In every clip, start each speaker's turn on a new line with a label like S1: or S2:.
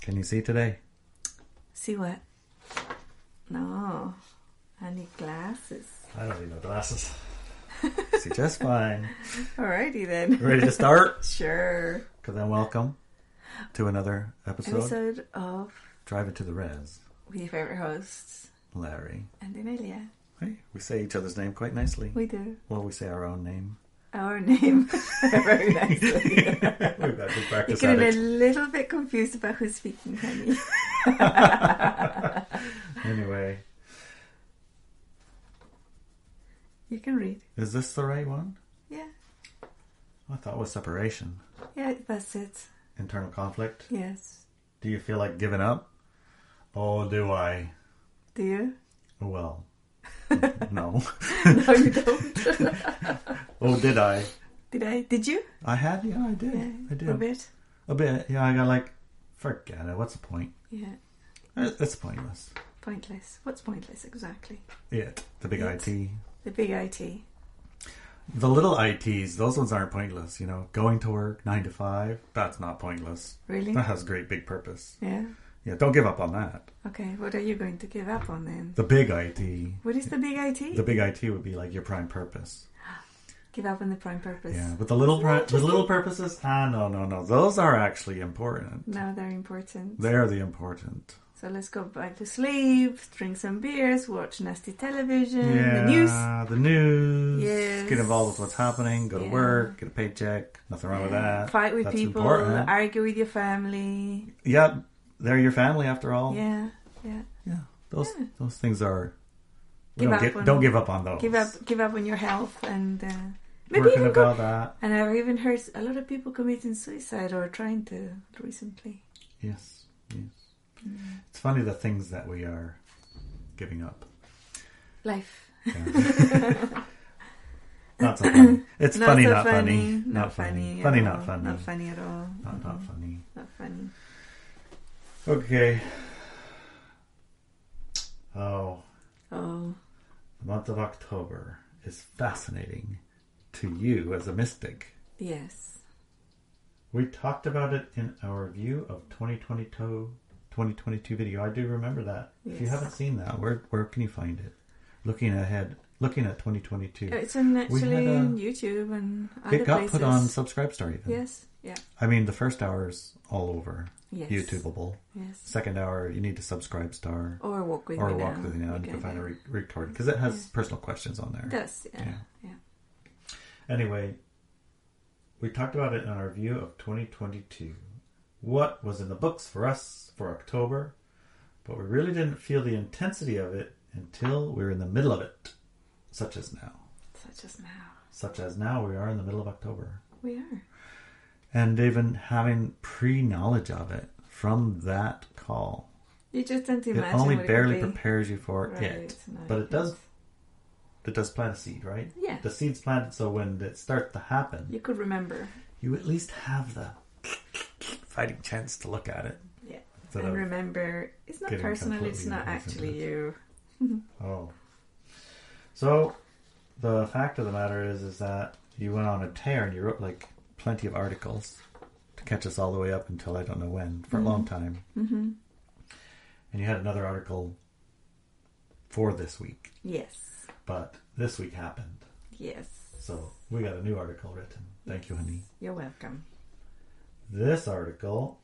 S1: Can you see today?
S2: See what? No. I need glasses.
S1: I don't need no glasses. see just fine.
S2: Alrighty then.
S1: Ready to start?
S2: Sure.
S1: Cause then welcome to another episode.
S2: Episode of
S1: Drive it to the res,
S2: with your favorite hosts,
S1: Larry.
S2: Andy and Amelia.
S1: Hey, we say each other's name quite nicely.
S2: We do.
S1: well, we say our own name.
S2: Our name very nicely.
S1: We've actually
S2: You're
S1: practiced at
S2: getting a
S1: it.
S2: little bit confused about who's speaking, honey.
S1: Anyway,
S2: You can read.
S1: is this the right one?
S2: Yeah.
S1: I thought it was separation,
S2: Yeah, that's it.
S1: internal conflict.
S2: Yes.
S1: Do you feel like giving up? Oh, do I?
S2: Do you?
S1: Well, no.
S2: No, you don't.
S1: Oh, did I?
S2: did I? Did you?
S1: I had, yeah, I did. I did.
S2: A bit?
S1: A bit, yeah. I got like, forget it. What's the point?
S2: Yeah.
S1: It- It's pointless.
S2: Pointless. What's pointless exactly?
S1: It, the big
S2: It.
S1: IT.
S2: The big IT.
S1: The little ITs, those ones aren't pointless. You know, going to work, nine to five, that's not pointless.
S2: Really?
S1: That has great big purpose.
S2: Yeah.
S1: Yeah, don't give up on that.
S2: Okay. What are you going to give up on then?
S1: The big IT,
S2: What is the big IT?
S1: the big IT would be like your prime purpose.
S2: give up on the prime purpose.
S1: Yeah, but the little pri- the little purposes, ah, no, no, no, those are actually important.
S2: Now they're important.
S1: They are the important.
S2: so let's go back to sleep, drink some beers, watch nasty television,
S1: yeah,
S2: the news.
S1: the news.
S2: Yes.
S1: Get involved with what's happening. Go to
S2: Yeah.
S1: work. Get a paycheck. Nothing wrong with that.
S2: Fight with
S1: That's
S2: people,
S1: important.
S2: argue with your family.
S1: yeah, they're your family after all.
S2: Yeah, yeah.
S1: Yeah, those
S2: Yeah.
S1: those things are. we
S2: Give
S1: don't,
S2: up
S1: get,
S2: on-
S1: don't give up on those.
S2: Give up, give up on your health, and uh, maybe
S1: Working
S2: even go.
S1: about that.
S2: And I've even heard a lot of people committing suicide or trying to recently.
S1: Yes, yes.
S2: Mm.
S1: It's funny the things that we are giving up.
S2: Life.
S1: Yeah. not so funny. It's funny,
S2: so
S1: not funny.
S2: Not, funny. at
S1: Funny,
S2: all.
S1: not funny.
S2: Not funny at all.
S1: Not, not funny.
S2: Not funny.
S1: Okay. Oh,
S2: Oh,
S1: the month of October is fascinating to you as a mystic.
S2: yes.
S1: We talked about it in our review of 2022, 2022 video. I do remember that. If you
S2: Yes.
S1: haven't seen that, where where can you find it? Looking ahead, looking at 2022.
S2: It's on actually
S1: a-
S2: on YouTube and other
S1: it got
S2: places.
S1: put on Subscribe Star even.
S2: Yes. Yeah.
S1: I mean, the first hour is all over
S2: Yes.
S1: YouTubeable.
S2: Yes.
S1: Second hour, you need to subscribe Star.
S2: Or walk with
S1: or
S2: me
S1: walk
S2: now.
S1: with you now and you can find a re- recording because it has personal questions on there.
S2: It does. Yeah.
S1: Yeah.
S2: yeah.
S1: Anyway, we talked about it in our review of 2022. What was in the books for us for October, but we really didn't feel the intensity of it until we were in the middle of it, such as now.
S2: Such as now
S1: Such as now, we are in the middle of October.
S2: we are.
S1: And even having pre knowledge of it from that call,
S2: You just don't imagine.
S1: it only
S2: what
S1: barely
S2: it could be.
S1: prepares you for
S2: Right,
S1: it.
S2: no,
S1: But it does
S2: can't.
S1: it does plant a seed, right?
S2: Yeah.
S1: The seed's planted so when it starts to happen,
S2: You could remember.
S1: you at least have the fighting chance to look at it.
S2: Yeah.
S1: Instead
S2: and
S1: of,
S2: remember, it's not
S1: getting
S2: personal. It's
S1: completely
S2: not
S1: immersed into
S2: actually
S1: it.
S2: you.
S1: oh. So the fact of the matter is is that you went on a tear and you wrote like plenty of articles to catch us all the way up until I don't know when for a long time. Mm-hmm. And you had another article for this week,
S2: Yes.
S1: but this week happened.
S2: Yes.
S1: So we got a new article written. Thank you, honey.
S2: You're welcome.
S1: this article.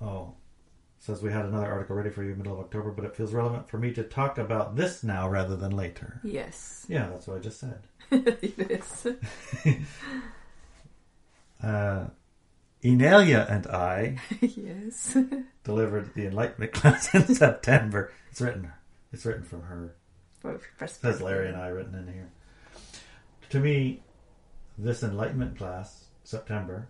S1: Oh, says we had another article ready for you middle of October, but it feels relevant for me to talk about this now rather than later.
S2: Yes.
S1: Yeah, that's what I just said.
S2: yes.
S1: Uh, Inelia and I
S2: yes.
S1: delivered the Enlightenment class in September. It's written. It's written from her.
S2: Well, first
S1: Says Larry and I written in here. To me, this Enlightenment class, September,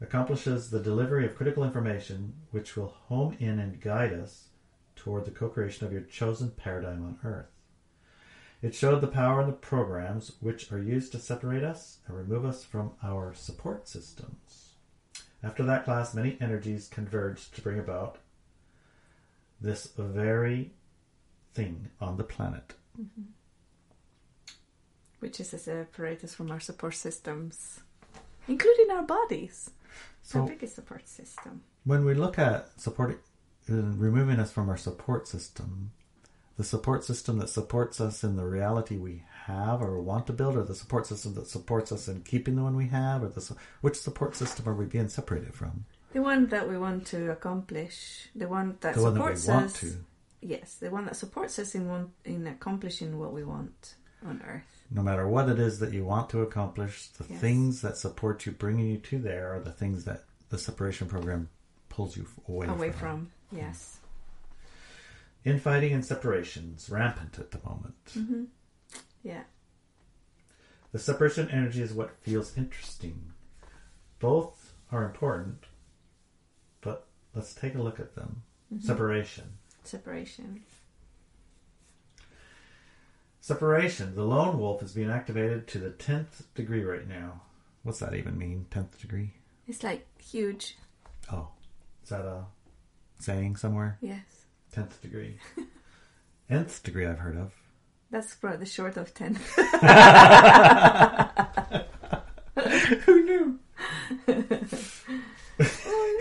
S1: accomplishes the delivery of critical information which will home in and guide us toward the co creation of your chosen paradigm on Earth. It showed the power in the programs which are used to separate us and remove us from our support systems. After that class, many energies converged to bring about this very thing on the planet.
S2: which is a separators from our support systems, including our bodies.
S1: So-
S2: So big a support system.
S1: When we look at supporting, uh, removing us from our support system, the support system that supports us in the reality we have or want to build, or the support system that supports us in keeping the one we have, or the su- which support system are we being separated from?
S2: The one that we want to accomplish, the one that
S1: the one that
S2: supports
S1: we want
S2: us.
S1: to.
S2: Yes, the one that supports us in one, in accomplishing what we want on earth.
S1: No matter what it is that you want to accomplish, the
S2: Yes.
S1: things that support you, bringing you to there, are the things that the separation program pulls you f- away,
S2: away from. Yes.
S1: Infighting and separations rampant at the moment.
S2: Mm-hmm. Yeah.
S1: The separation energy is what feels interesting. Both are important, but let's take a look at them. Separation.
S2: Separation.
S1: Separation. The lone wolf is being activated to the 10th degree right now. What's that even mean? 10th degree?
S2: It's like huge.
S1: Oh, is that a saying somewhere?
S2: Yes.
S1: 10th degree. Nth degree, I've heard of.
S2: That's probably the short of 10.
S1: Who knew?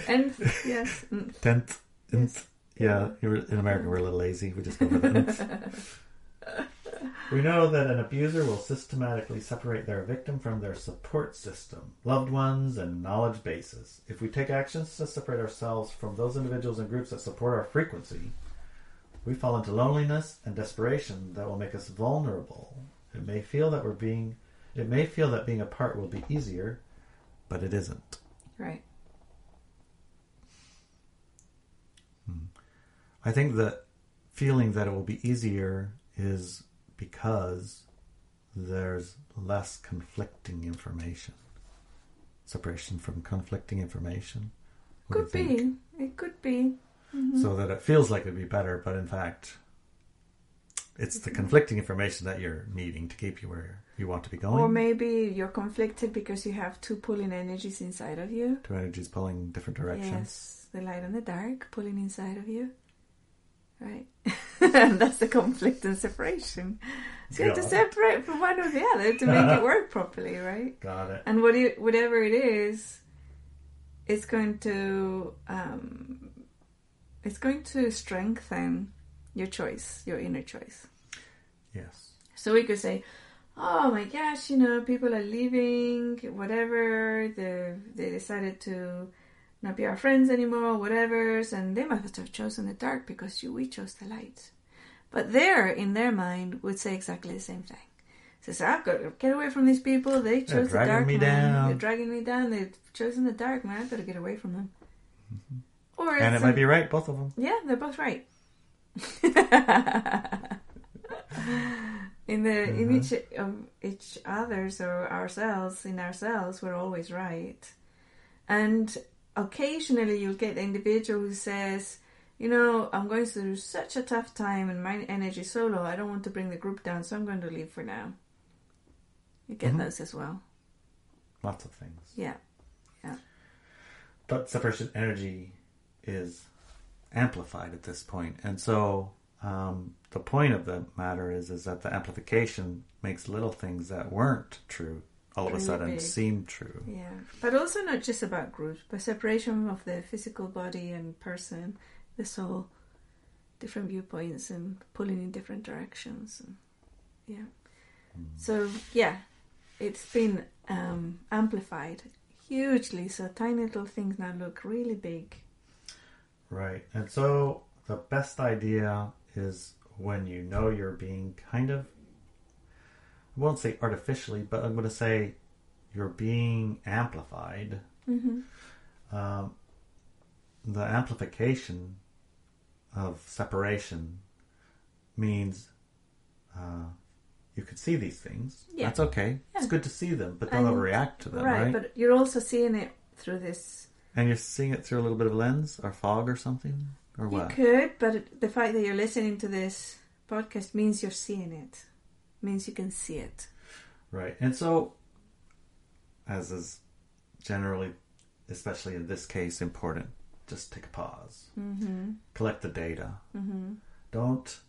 S2: and yes. mm,
S1: Tenth. nth. Yeah, here in America we're a little lazy. We just go for the nth. We know that an abuser will systematically separate their victim from their support system, loved ones, and knowledge bases. If we take actions to separate ourselves from those individuals and groups that support our frequency, we fall into loneliness and desperation that will make us vulnerable. It may feel that we're being it may feel that being apart will be easier, but it isn't.
S2: Right.
S1: I think the feeling that it will be easier is because there's less conflicting information. Separation from conflicting information. What do you
S2: Could be. mm-hmm.
S1: think?
S2: It could be.
S1: So that it feels like it'd be better, but in fact, it's the conflicting information that you're needing to keep you where you want to be going.
S2: Or maybe you're conflicted because you have two pulling energies inside of you.
S1: Two energies pulling different directions.
S2: Yes, the light and the dark pulling inside of you. Right. and that's the conflict and separation. So you have to
S1: Yeah.
S2: separate from one or the other to make it work properly, right?
S1: Got it.
S2: And what you, whatever it is, it's going to um, it's going to strengthen your choice, your inner choice.
S1: Yes.
S2: So we could say, "Oh my gosh, you know, people are leaving. Whatever they they decided to not be our friends anymore. Whatever, and they must have chosen the dark because you we chose the light." But there, in their mind, would say exactly the same thing. So, so I've got to get away from these people. They chose the
S1: dragging
S2: dark
S1: me
S2: man.
S1: down.
S2: They're dragging me down. They've chosen the dark man. I've got to get away from them. Or
S1: Mm-hmm. And it
S2: some-
S1: might be right, both of them.
S2: yeah, they're both right. in the in each of each others or ourselves in ourselves, we're always right. And occasionally, you'll get the individual who says, "You know, I'm going through such a tough time, and my energy is so low. I don't want to bring the group down, so I'm going to leave for now." You get those as well.
S1: Lots of things.
S2: Yeah,
S1: but separation energy is amplified at this point and so um, the point of the matter is is that the amplification makes little things that weren't true all of a
S2: Really
S1: sudden
S2: big.
S1: seem true
S2: yeah. But also not just about groups, but separation of the physical body and person, the soul. different viewpoints and pulling in different directions. And, yeah.
S1: Mm.
S2: So yeah, it's been um, amplified hugely. So tiny little things now look really big.
S1: right and so the best idea is when you know you're being kind of i won't say artificially but i'm going to say you're being amplified
S2: hmm
S1: um, the amplification of separation means uh, you could see these things.
S2: Yeah.
S1: That's okay. It's
S2: Yeah.
S1: good to see them, but don't
S2: And-
S1: overreact to them,
S2: Right,
S1: right?
S2: but you're also seeing it through this.
S1: And you're seeing it through a little bit of lens or fog or something or
S2: You
S1: what?
S2: could, but the fact that you're listening to this podcast means you're seeing it. Means you can see it.
S1: Right. And so, as is generally, especially in this case, important, just take a pause. Mm-hmm. Collect the data. Mm-hmm. Don't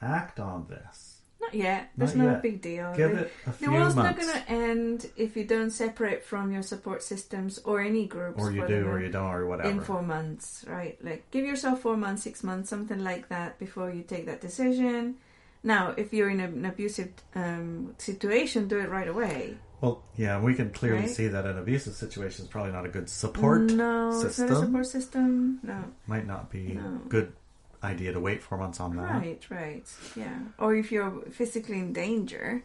S1: act on this.
S2: Not Not yet. That's
S1: Not
S2: not, a
S1: yet.
S2: big deal.
S1: Give
S2: the,
S1: it a
S2: the
S1: few
S2: world's not
S1: months.
S2: going to end if you don't separate from your support systems or any groups.
S1: Or you do,
S2: whatever,
S1: or you don't, or whatever.
S2: In four months, right? Like, give yourself four months, six months, something like that before you take that decision. Now, if you're in an abusive um, situation, do it right away.
S1: Well, yeah, we can clearly
S2: Right?
S1: see that an abusive situation is probably not a good support.
S2: no, it's not a
S1: system.
S2: support system. No.
S1: Might not be
S2: No.
S1: good idea to wait four months on that.
S2: Right, right. Yeah. Or if you're physically in danger,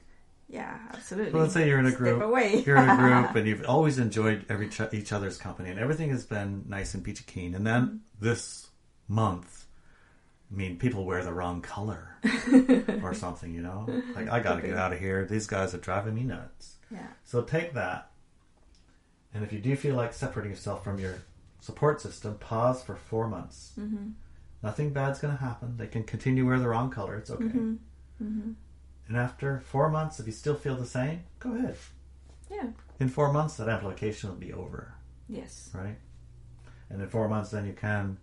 S2: yeah, absolutely.
S1: Well, let's say you're in a
S2: Step
S1: group.
S2: away.
S1: You're in a group, and you've always enjoyed every ch- each other's company, and everything has been nice and peachy keen. And then this month, I mean, people wear the wrong color or something. You know, like I got to
S2: Could
S1: get
S2: be.
S1: out of here. These guys are driving me nuts.
S2: yeah.
S1: So take that, and if you do feel like separating yourself from your support system, pause for four months. Mm-hmm. Nothing bad's going to happen. They can continue wear the wrong color. It's okay. And after four months, if you still feel the same, go ahead.
S2: Yeah.
S1: In four months, that application will be over,
S2: Yes.
S1: right? And in four months, then you can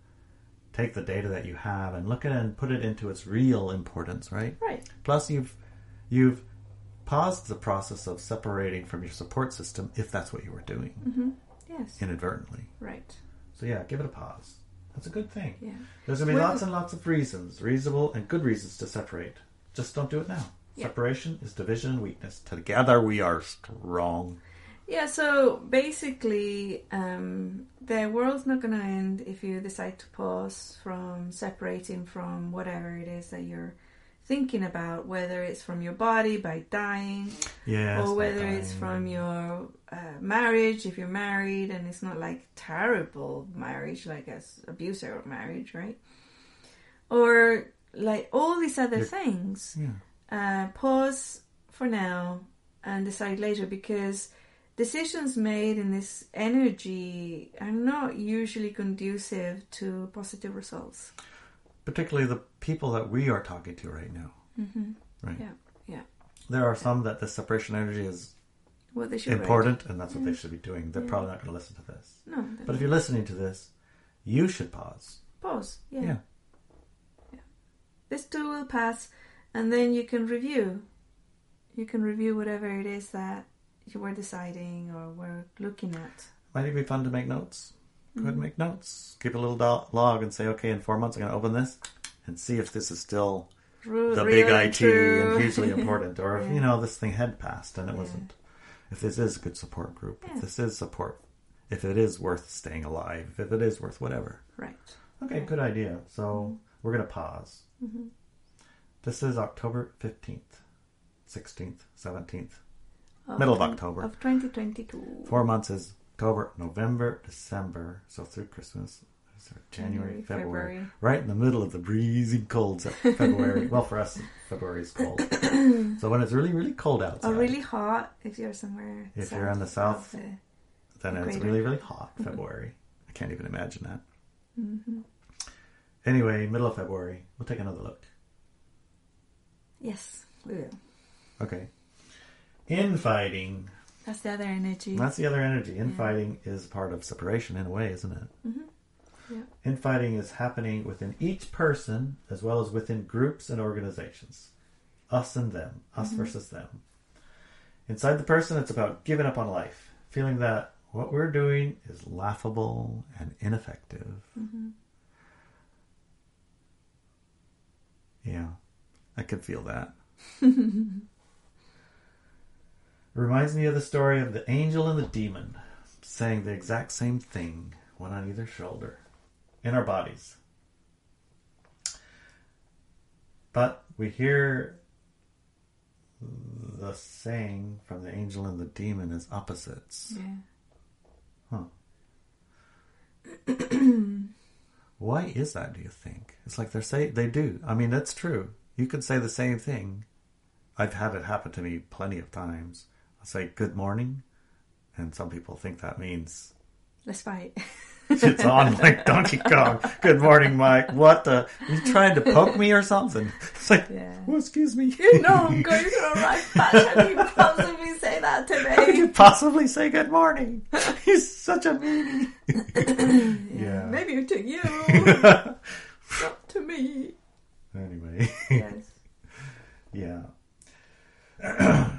S1: take the data that you have and look at it and put it into its real importance, right?
S2: Right.
S1: Plus, you've you've paused the process of separating from your support system if that's what you were doing
S2: Mm-hmm. Yes.
S1: inadvertently.
S2: Right.
S1: So yeah, give it a pause. That's a good thing.
S2: Yeah.
S1: There's gonna be
S2: Well-
S1: lots and lots of reasons, reasonable and good reasons to separate. Just don't do it now.
S2: Yeah.
S1: Separation is division and weakness. Together we are strong.
S2: Yeah, so basically, um, the world's not going to end if you decide to pause from separating from whatever it is that you're thinking about, whether it's from your body by dying,
S1: Yeah.
S2: or whether it's from your uh, marriage, if you're married and it's not like terrible marriage, like as abusive marriage, right? Or like all these other
S1: Your-
S2: things
S1: Yeah.
S2: uh, pause for now and decide later because decisions made in this energy are not usually conducive to positive results.
S1: Particularly the people that we are talking to right now.
S2: Mm-hmm.
S1: Right.
S2: Yeah, yeah.
S1: There are some that the separation energy is
S2: Well, they should write.
S1: important, and that's what they
S2: Yeah.
S1: should be doing. They're
S2: Yeah.
S1: probably not going to listen to this.
S2: No, they
S1: But if
S2: don't.
S1: you're listening to this, you should pause.
S2: pause, yeah.
S1: Yeah.
S2: Yeah. This too will pass, and then you can review. You can review whatever it is that you were deciding or were looking at.
S1: Might it be fun to make notes? Go
S2: Mm-hmm.
S1: ahead and make notes. Keep a little do- log and say, okay, in four months I'm going to open this and see if this is still
S2: Ru-
S1: the big
S2: real and
S1: IT
S2: true.
S1: and hugely important, or if
S2: Yeah.
S1: you know this thing had passed and it
S2: Yeah.
S1: wasn't. If this is a good support group,
S2: Yeah.
S1: if this is support, if it is worth staying alive, if it is worth whatever.
S2: right.
S1: Okay, good idea. So we're going to pause.
S2: Mhm.
S1: This is October 15th, 16th, 17th. Middle of
S2: twen-
S1: October.
S2: Of 2022.
S1: Four months is October, November, December. So through Christmas, sorry, January,
S2: January,
S1: February.
S2: February.
S1: Right in the middle of the breezy colds of February. well, for us, February is cold. so when it's really, really cold outside,
S2: Or Oh, really hot if you're somewhere.
S1: If you're in the south.
S2: of the-
S1: then it's
S2: equator.
S1: really, really hot
S2: Mm-hmm.
S1: February. I can't even imagine that.
S2: Mhm.
S1: Anyway, middle of February, we'll take another look.
S2: Yes, we will.
S1: Okay. Infighting.
S2: That's the other energy.
S1: That's the other energy. Infighting is part of separation in a way, isn't it?
S2: Mhm. Yeah.
S1: Infighting is happening within each person as well as within groups and organizations. Us and them, us
S2: Mm-hmm.
S1: versus them. Inside the person, it's about giving up on life, feeling that what we're doing is laughable and ineffective. Yeah, I could feel that. It reminds me of the story of the angel and the demon saying the exact same thing, one on either shoulder, in our bodies. But we hear the saying from the angel and the demon as opposites.
S2: Yeah.
S1: Why is that, do you think? It's like they're say they do. I mean, that's true. You could say the same thing. I've had it happen to me plenty of times. I'll say good morning, and some people think that means
S2: Let's fight.
S1: it's on like Donkey Kong. Good morning, Mike. What the? You trying to poke me or something? It's like,
S2: Yeah.
S1: oh, excuse me.
S2: you know I'm going to arrive back and you possibly say that
S1: How could
S2: today.
S1: you possibly say good morning? He's such a meanie. Yeah.
S2: Maybe to you, not to me.
S1: anyway,
S2: Yes.
S1: yeah.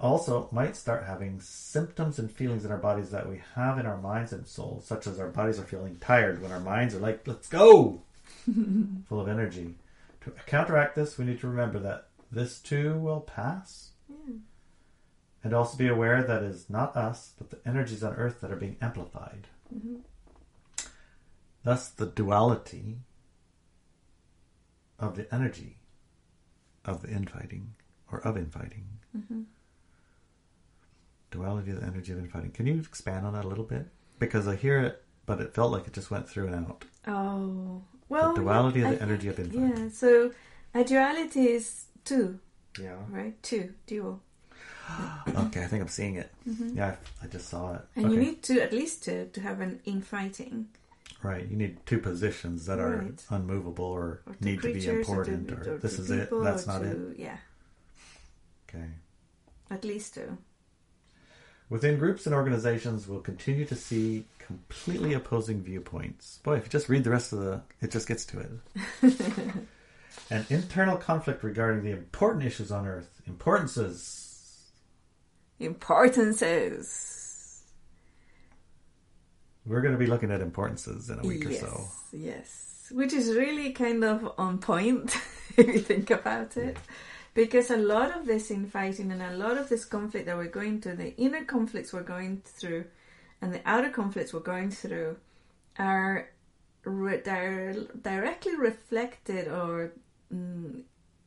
S1: also might start having symptoms and feelings in our bodies that we have in our minds and souls, such as our bodies are feeling tired when our minds are like, let's go, full of energy. To counteract this, we need to remember that this too will pass.
S2: Yeah.
S1: And also be aware that it is not us, but the energies on earth that are being amplified. Thus, the duality of the energy of the infighting or of infighting.
S2: Mm-hmm.
S1: Duality of the energy of infighting. Can you expand on that a little bit? Because I hear it, but it felt like it just went through and out.
S2: Oh. Well,
S1: the duality
S2: yeah,
S1: of the
S2: I
S1: energy
S2: think-
S1: of infinite.
S2: Yeah, so a duality is two,
S1: Yeah.
S2: right? Two, dual.
S1: Okay, I think I'm seeing it. Yeah, I, I just saw it.
S2: Mm-hmm. And
S1: okay.
S2: you need to, at least two, to have an infighting.
S1: Right. You need two positions that are
S2: Right.
S1: unmovable or,
S2: Or two
S1: need to be
S2: creatures,
S1: important
S2: or,
S1: or,
S2: to, or
S1: this
S2: two
S1: is it.
S2: people,
S1: That's
S2: or
S1: not it.
S2: two, Yeah,
S1: Okay.
S2: at least two.
S1: Within groups and organizations, we'll continue to see completely opposing viewpoints. Boy, if you just read the rest of the, it just gets to it. An internal conflict regarding the important issues on Earth, importances,
S2: Importances.
S1: We're going to be looking at importances in a week
S2: yes,
S1: or so.
S2: yes. Which is really kind of on point if you think about it. Because a lot of this infighting and a lot of this conflict that we're going through, the inner conflicts we're going through and the outer conflicts we're going through are re- dire- directly reflected or mm,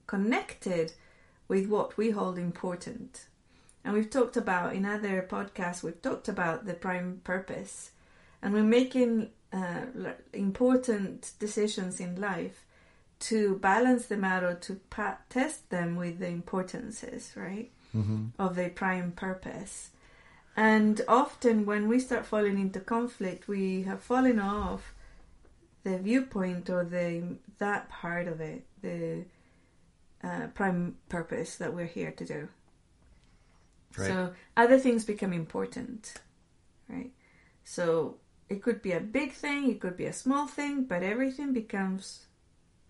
S2: connected with what we hold important. And we've talked about in other podcasts, we've talked about the prime purpose. And we're making uh, l- important decisions in life to balance them out or to pa- test them with the importances, right, of the prime purpose. And often when we start falling into conflict, we have fallen off the viewpoint or the that part of it, the uh, prime purpose that we're here to do.
S1: Right.
S2: So other things become important, right? So it could be a big thing, it could be a small thing, but everything becomes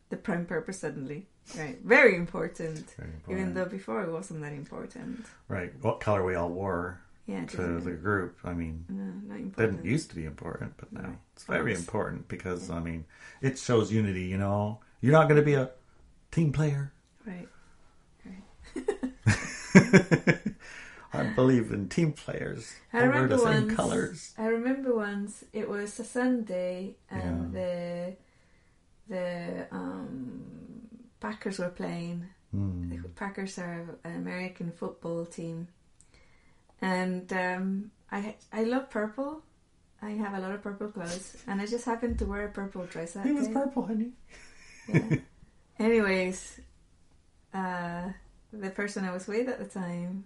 S2: the prime purpose suddenly, right? Very important,
S1: Very
S2: even
S1: important.
S2: though before it wasn't that important.
S1: right. What color we all wore
S2: Yeah, it
S1: to
S2: doesn't-
S1: the group. I mean,
S2: no, not
S1: didn't
S2: important.
S1: used to be important, but now
S2: Right.
S1: it's very
S2: Yes.
S1: important because, I mean, it shows unity, you know. You're not going to be a team player.
S2: Right. Right.
S1: I believe in team players.
S2: I
S1: They wear the
S2: remember
S1: same
S2: once-
S1: colors.
S2: I remember once it was a Sunday and the the um, Packers were playing.
S1: Hmm.
S2: The Packers are an American football team, and um, I I love purple. I have a lot of purple clothes, and I just happened to wear a purple dress that
S1: It was
S2: day.
S1: purple, honey.
S2: Yeah. Anyways, uh, the person I was with at the time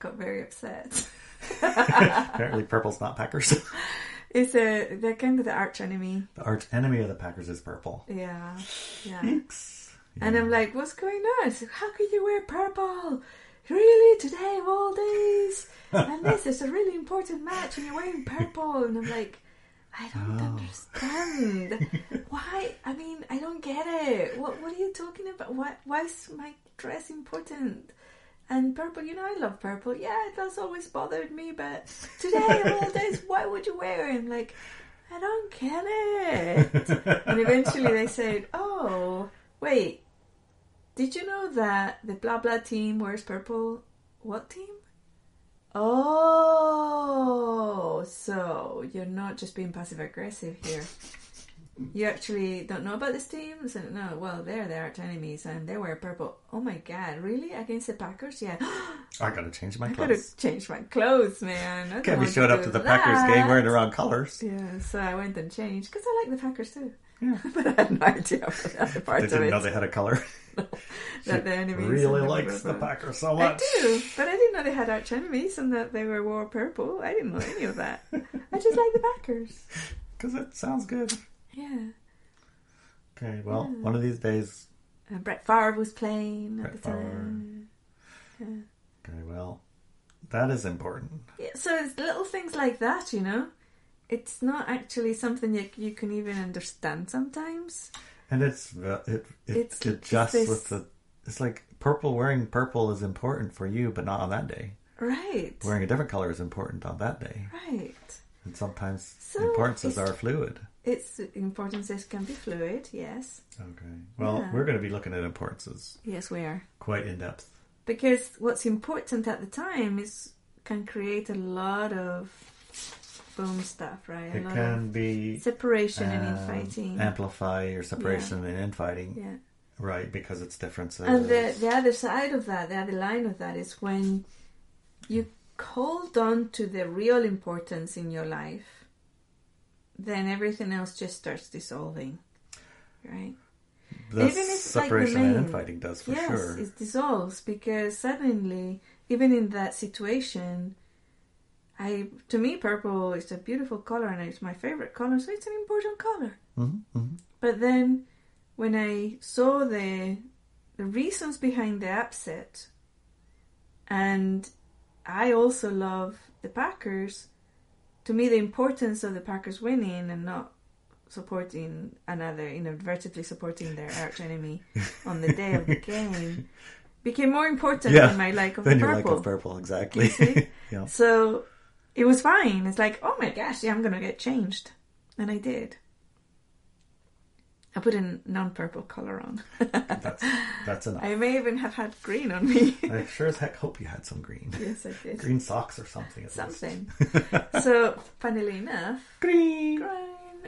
S2: got very upset.
S1: Apparently, purple's not Packers. the
S2: It's a they're kind of the arch enemy.
S1: arch enemy of the Packers is purple.
S2: Yeah, yeah.
S1: Yikes.
S2: And I'm like, what's going on? It's like, How could you wear purple? Really, today of all days, and this is a really important match, and you're wearing purple. And I'm like, I don't
S1: Oh.
S2: understand. Why? I mean, I don't get it. What What are you talking about? Why Why is my dress important? And purple, you know, I love purple. Yeah, that's always bothered me, but today of all days, why would you wear it? I'm like, I don't get it. And eventually they said, Oh, wait, did you know that the blah blah team wears purple? What team? Oh, so you're not just being passive aggressive here. You actually don't know about this team? So, no, well, they're their arch enemies and they wear purple. Oh my god, really? Against the Packers? Yeah.
S1: I gotta change my
S2: I could
S1: clothes.
S2: have changed my clothes, man. I don't
S1: Can't be
S2: want
S1: showed up to
S2: do
S1: the Packers game
S2: that.
S1: wearing the wrong colors.
S2: Yeah, so I went and changed because I like the Packers too.
S1: Yeah.
S2: but I had no idea about the other
S1: They
S2: parts of
S1: didn't
S2: it.
S1: know they had a color.
S2: that the enemies
S1: really
S2: and
S1: likes the
S2: whatever.
S1: Packers so
S2: I
S1: much.
S2: do, but I didn't know they had arch enemies and that they were war purple. I didn't know any of that. I just like the Packers.
S1: Because it sounds good.
S2: Yeah.
S1: Okay, well, one of these days.
S2: And Brett Favre was playing at
S1: Brett
S2: the time.
S1: Okay, well, that is important.
S2: Yeah, so it's little things like that, you know. It's not actually something that you can even understand sometimes.
S1: And it's ve- it it
S2: It's-
S1: adjusts
S2: it's this-
S1: with the. It's like purple wearing purple is important for you, but not on that day.
S2: Right.
S1: Wearing a different color is important on that day.
S2: Right.
S1: And sometimes
S2: So,
S1: importances
S2: it's-
S1: are fluid.
S2: Its importances can be fluid, yes.
S1: Okay. Well,
S2: Yeah.
S1: we're going to be looking at importances
S2: Yes, we are.
S1: quite in depth.
S2: Because what's important at the time is can create a lot of boom stuff, right? A
S1: It
S2: lot
S1: can be
S2: of separation and
S1: um,
S2: infighting.
S1: Amplify your separation and infighting,
S2: yeah.
S1: right? Because it's differences.
S2: And the, the other side of that, the other line of that is when you hold on to the real importance in your life, then everything else just starts dissolving, right?
S1: The
S2: even if, like, the
S1: separation
S2: main-
S1: and infighting does for
S2: yes,
S1: sure.
S2: it dissolves because suddenly, even in that situation, I to me purple is a beautiful color and it's my favorite color, so it's an important color.
S1: Mm-hmm,
S2: But then, when I saw the the reasons behind the upset, and I also love the Packers, to me the importance of the Packers winning and not supporting another inadvertently supporting their arch enemy on the day of the game became more important
S1: Yeah,
S2: than my like of
S1: Then
S2: the
S1: you're like
S2: purple.
S1: a purple, exactly.
S2: see?
S1: yeah.
S2: So it was fine. It's like, oh my gosh, yeah, I'm gonna get changed, and I did. I put a non-purple color on.
S1: That's that's enough.
S2: I may even have had green on me.
S1: I, sure as heck hope you had some green,
S2: yes, I did.
S1: green socks or something. At
S2: Something.
S1: Least.
S2: So, funnily enough,
S1: green,
S2: green.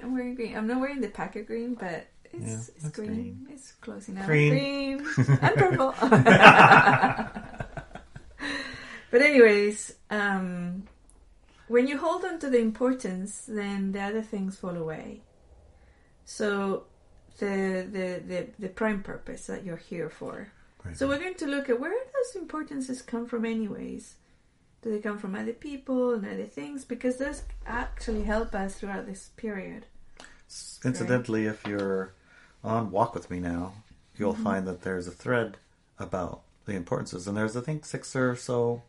S2: I'm wearing green. I'm not wearing the packer green, but it's,
S1: Yeah,
S2: it's
S1: that's
S2: green.
S1: green.
S2: It's close enough.
S1: Green.
S2: green and purple. but anyways, um, when you hold on to the importance, then the other things fall away. So the the the, the prime purpose that you're here for.
S1: Right.
S2: So we're going to look at where those importances come from, anyways. Do they come from other people and other things? Because those actually help us throughout this period.
S1: S- Incidentally, if you're on Walk With Me now, you'll
S2: Mm-hmm.
S1: find that there's a thread about the importances, and there's, I think, six or so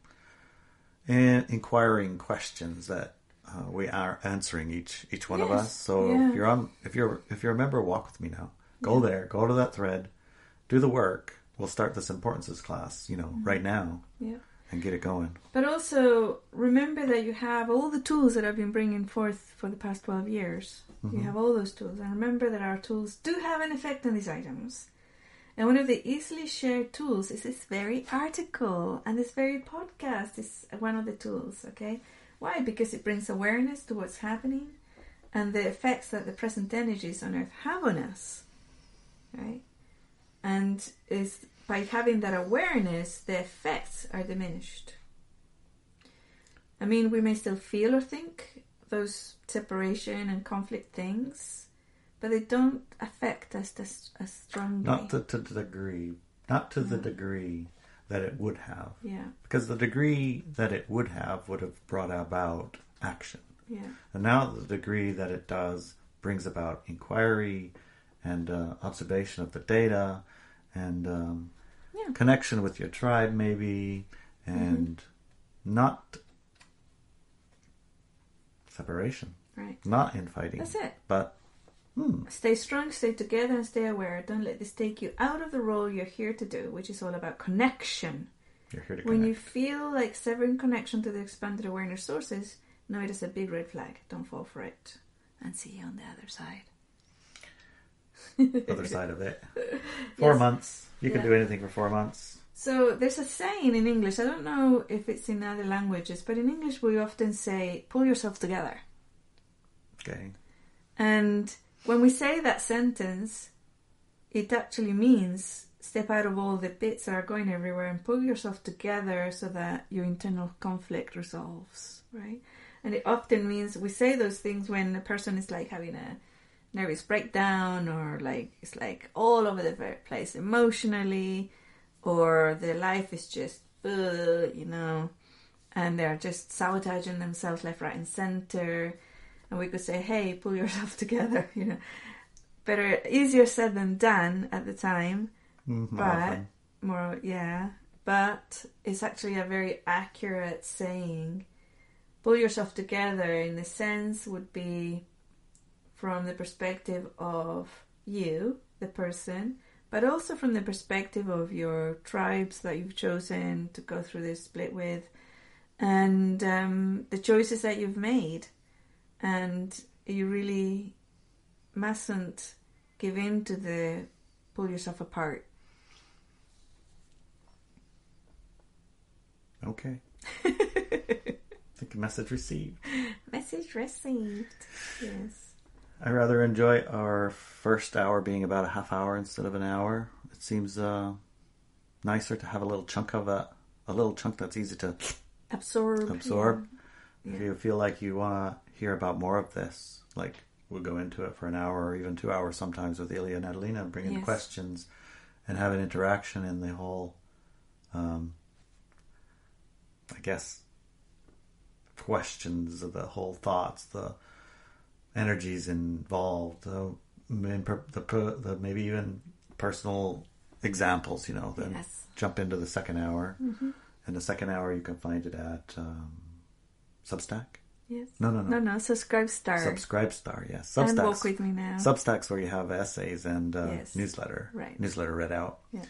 S1: in- inquiring questions that uh, we are answering each each one of
S2: Yes,
S1: us. So
S2: yeah.
S1: if you're on, if you're if you're a member, of Walk With Me now. Go there, go to that thread, do the work. We'll start this importances class, you know,
S2: Mm-hmm.
S1: right now,
S2: Yeah.
S1: and get it going.
S2: But also remember that you have all the tools that I've been bringing forth for the past 12 years. You have all those tools. And remember that our tools do have an effect on these items. And one of the easily shared tools is this very article. And this very podcast is one of the tools, okay? Why? Because it brings awareness to what's happening and the effects that the present energies on Earth have on us, right? And is by having that awareness, the effects are diminished. I mean, we may still feel or think those separation and conflict things, but they don't affect us as, as strongly.
S1: Not to, to the degree, not to
S2: Mm.
S1: the degree that it would have.
S2: yeah,
S1: because the degree that it would have would have brought about action.
S2: yeah,
S1: And now the degree that it does brings about inquiry and uh, observation of the data and um,
S2: Yeah.
S1: connection with your tribe, maybe, and
S2: Mm-hmm.
S1: not separation,
S2: right.
S1: not infighting.
S2: That's it.
S1: But hmm,
S2: Stay strong, stay together, and stay aware. Don't let this take you out of the role you're here to do, which is all about connection.
S1: you're here to
S2: When you
S1: connect.
S2: feel like severing connection to the expanded awareness sources, know it is a big red flag. Don't fall for it. And see you on the other side.
S1: Other side of it. Four
S2: Yes.
S1: months. You can
S2: Yeah.
S1: do anything for four months.
S2: So there's a saying in English, I don't know if it's in other languages, but in English we often say, pull yourself together.
S1: Okay.
S2: And when we say that sentence, it actually means step out of all the bits that are going everywhere and pull yourself together so that your internal conflict resolves, right? And it often means we say those things when a person is like having a nervous breakdown or like it's like all over the ver- place emotionally or their life is just, uh, you know, and they're just sabotaging themselves left, right, and center and we could say, "Hey, pull yourself together," you know. Better, easier said than done at the time,
S1: Mhm,
S2: but
S1: often.
S2: more, yeah. But it's actually a very accurate saying. Pull yourself together, in the sense, would be from the perspective of you, the person, but also from the perspective of your tribes that you've chosen to go through this split with, and um, the choices that you've made. And you really mustn't give in to the pull yourself apart.
S1: Okay. I think message received.
S2: Message received. Yes.
S1: I rather enjoy our first hour being about a half hour instead of an hour. It seems uh, nicer to have a little chunk of a a little chunk that's easy to
S2: Absorb.
S1: absorb. If
S2: Yeah.
S1: you feel like you want to hear about more of this, like we'll go into it for an hour or even two hours sometimes with Ilya and Adelina, and bring in
S2: Yes.
S1: questions and have an interaction in the whole, um, I guess, questions, the whole thoughts, the energies involved, the, main per- the, per- the maybe even personal examples, you know, then
S2: Yes. Mm-hmm.
S1: jump into the second hour. And the second hour you can find it at um, Substack.
S2: Yes.
S1: No, no,
S2: No,
S1: no.
S2: no. Subscribe star.
S1: Subscribe Star, yes.
S2: And walk
S1: Substacks.
S2: with me now.
S1: Substacks where you have essays and uh,
S2: Yes.
S1: newsletter.
S2: Right.
S1: Newsletter read out.
S2: Yeah.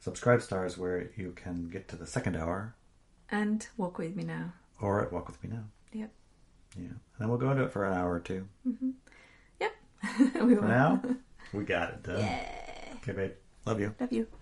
S1: Subscribe Star is where you can get to the second hour
S2: and walk with me now.
S1: or at Walk With Me Now.
S2: Yep.
S1: Yeah. And then we'll go into it for an hour or two.
S2: Yep. we
S1: For now, we got it done.
S2: Yeah.
S1: Okay, babe. Love you.
S2: Love you.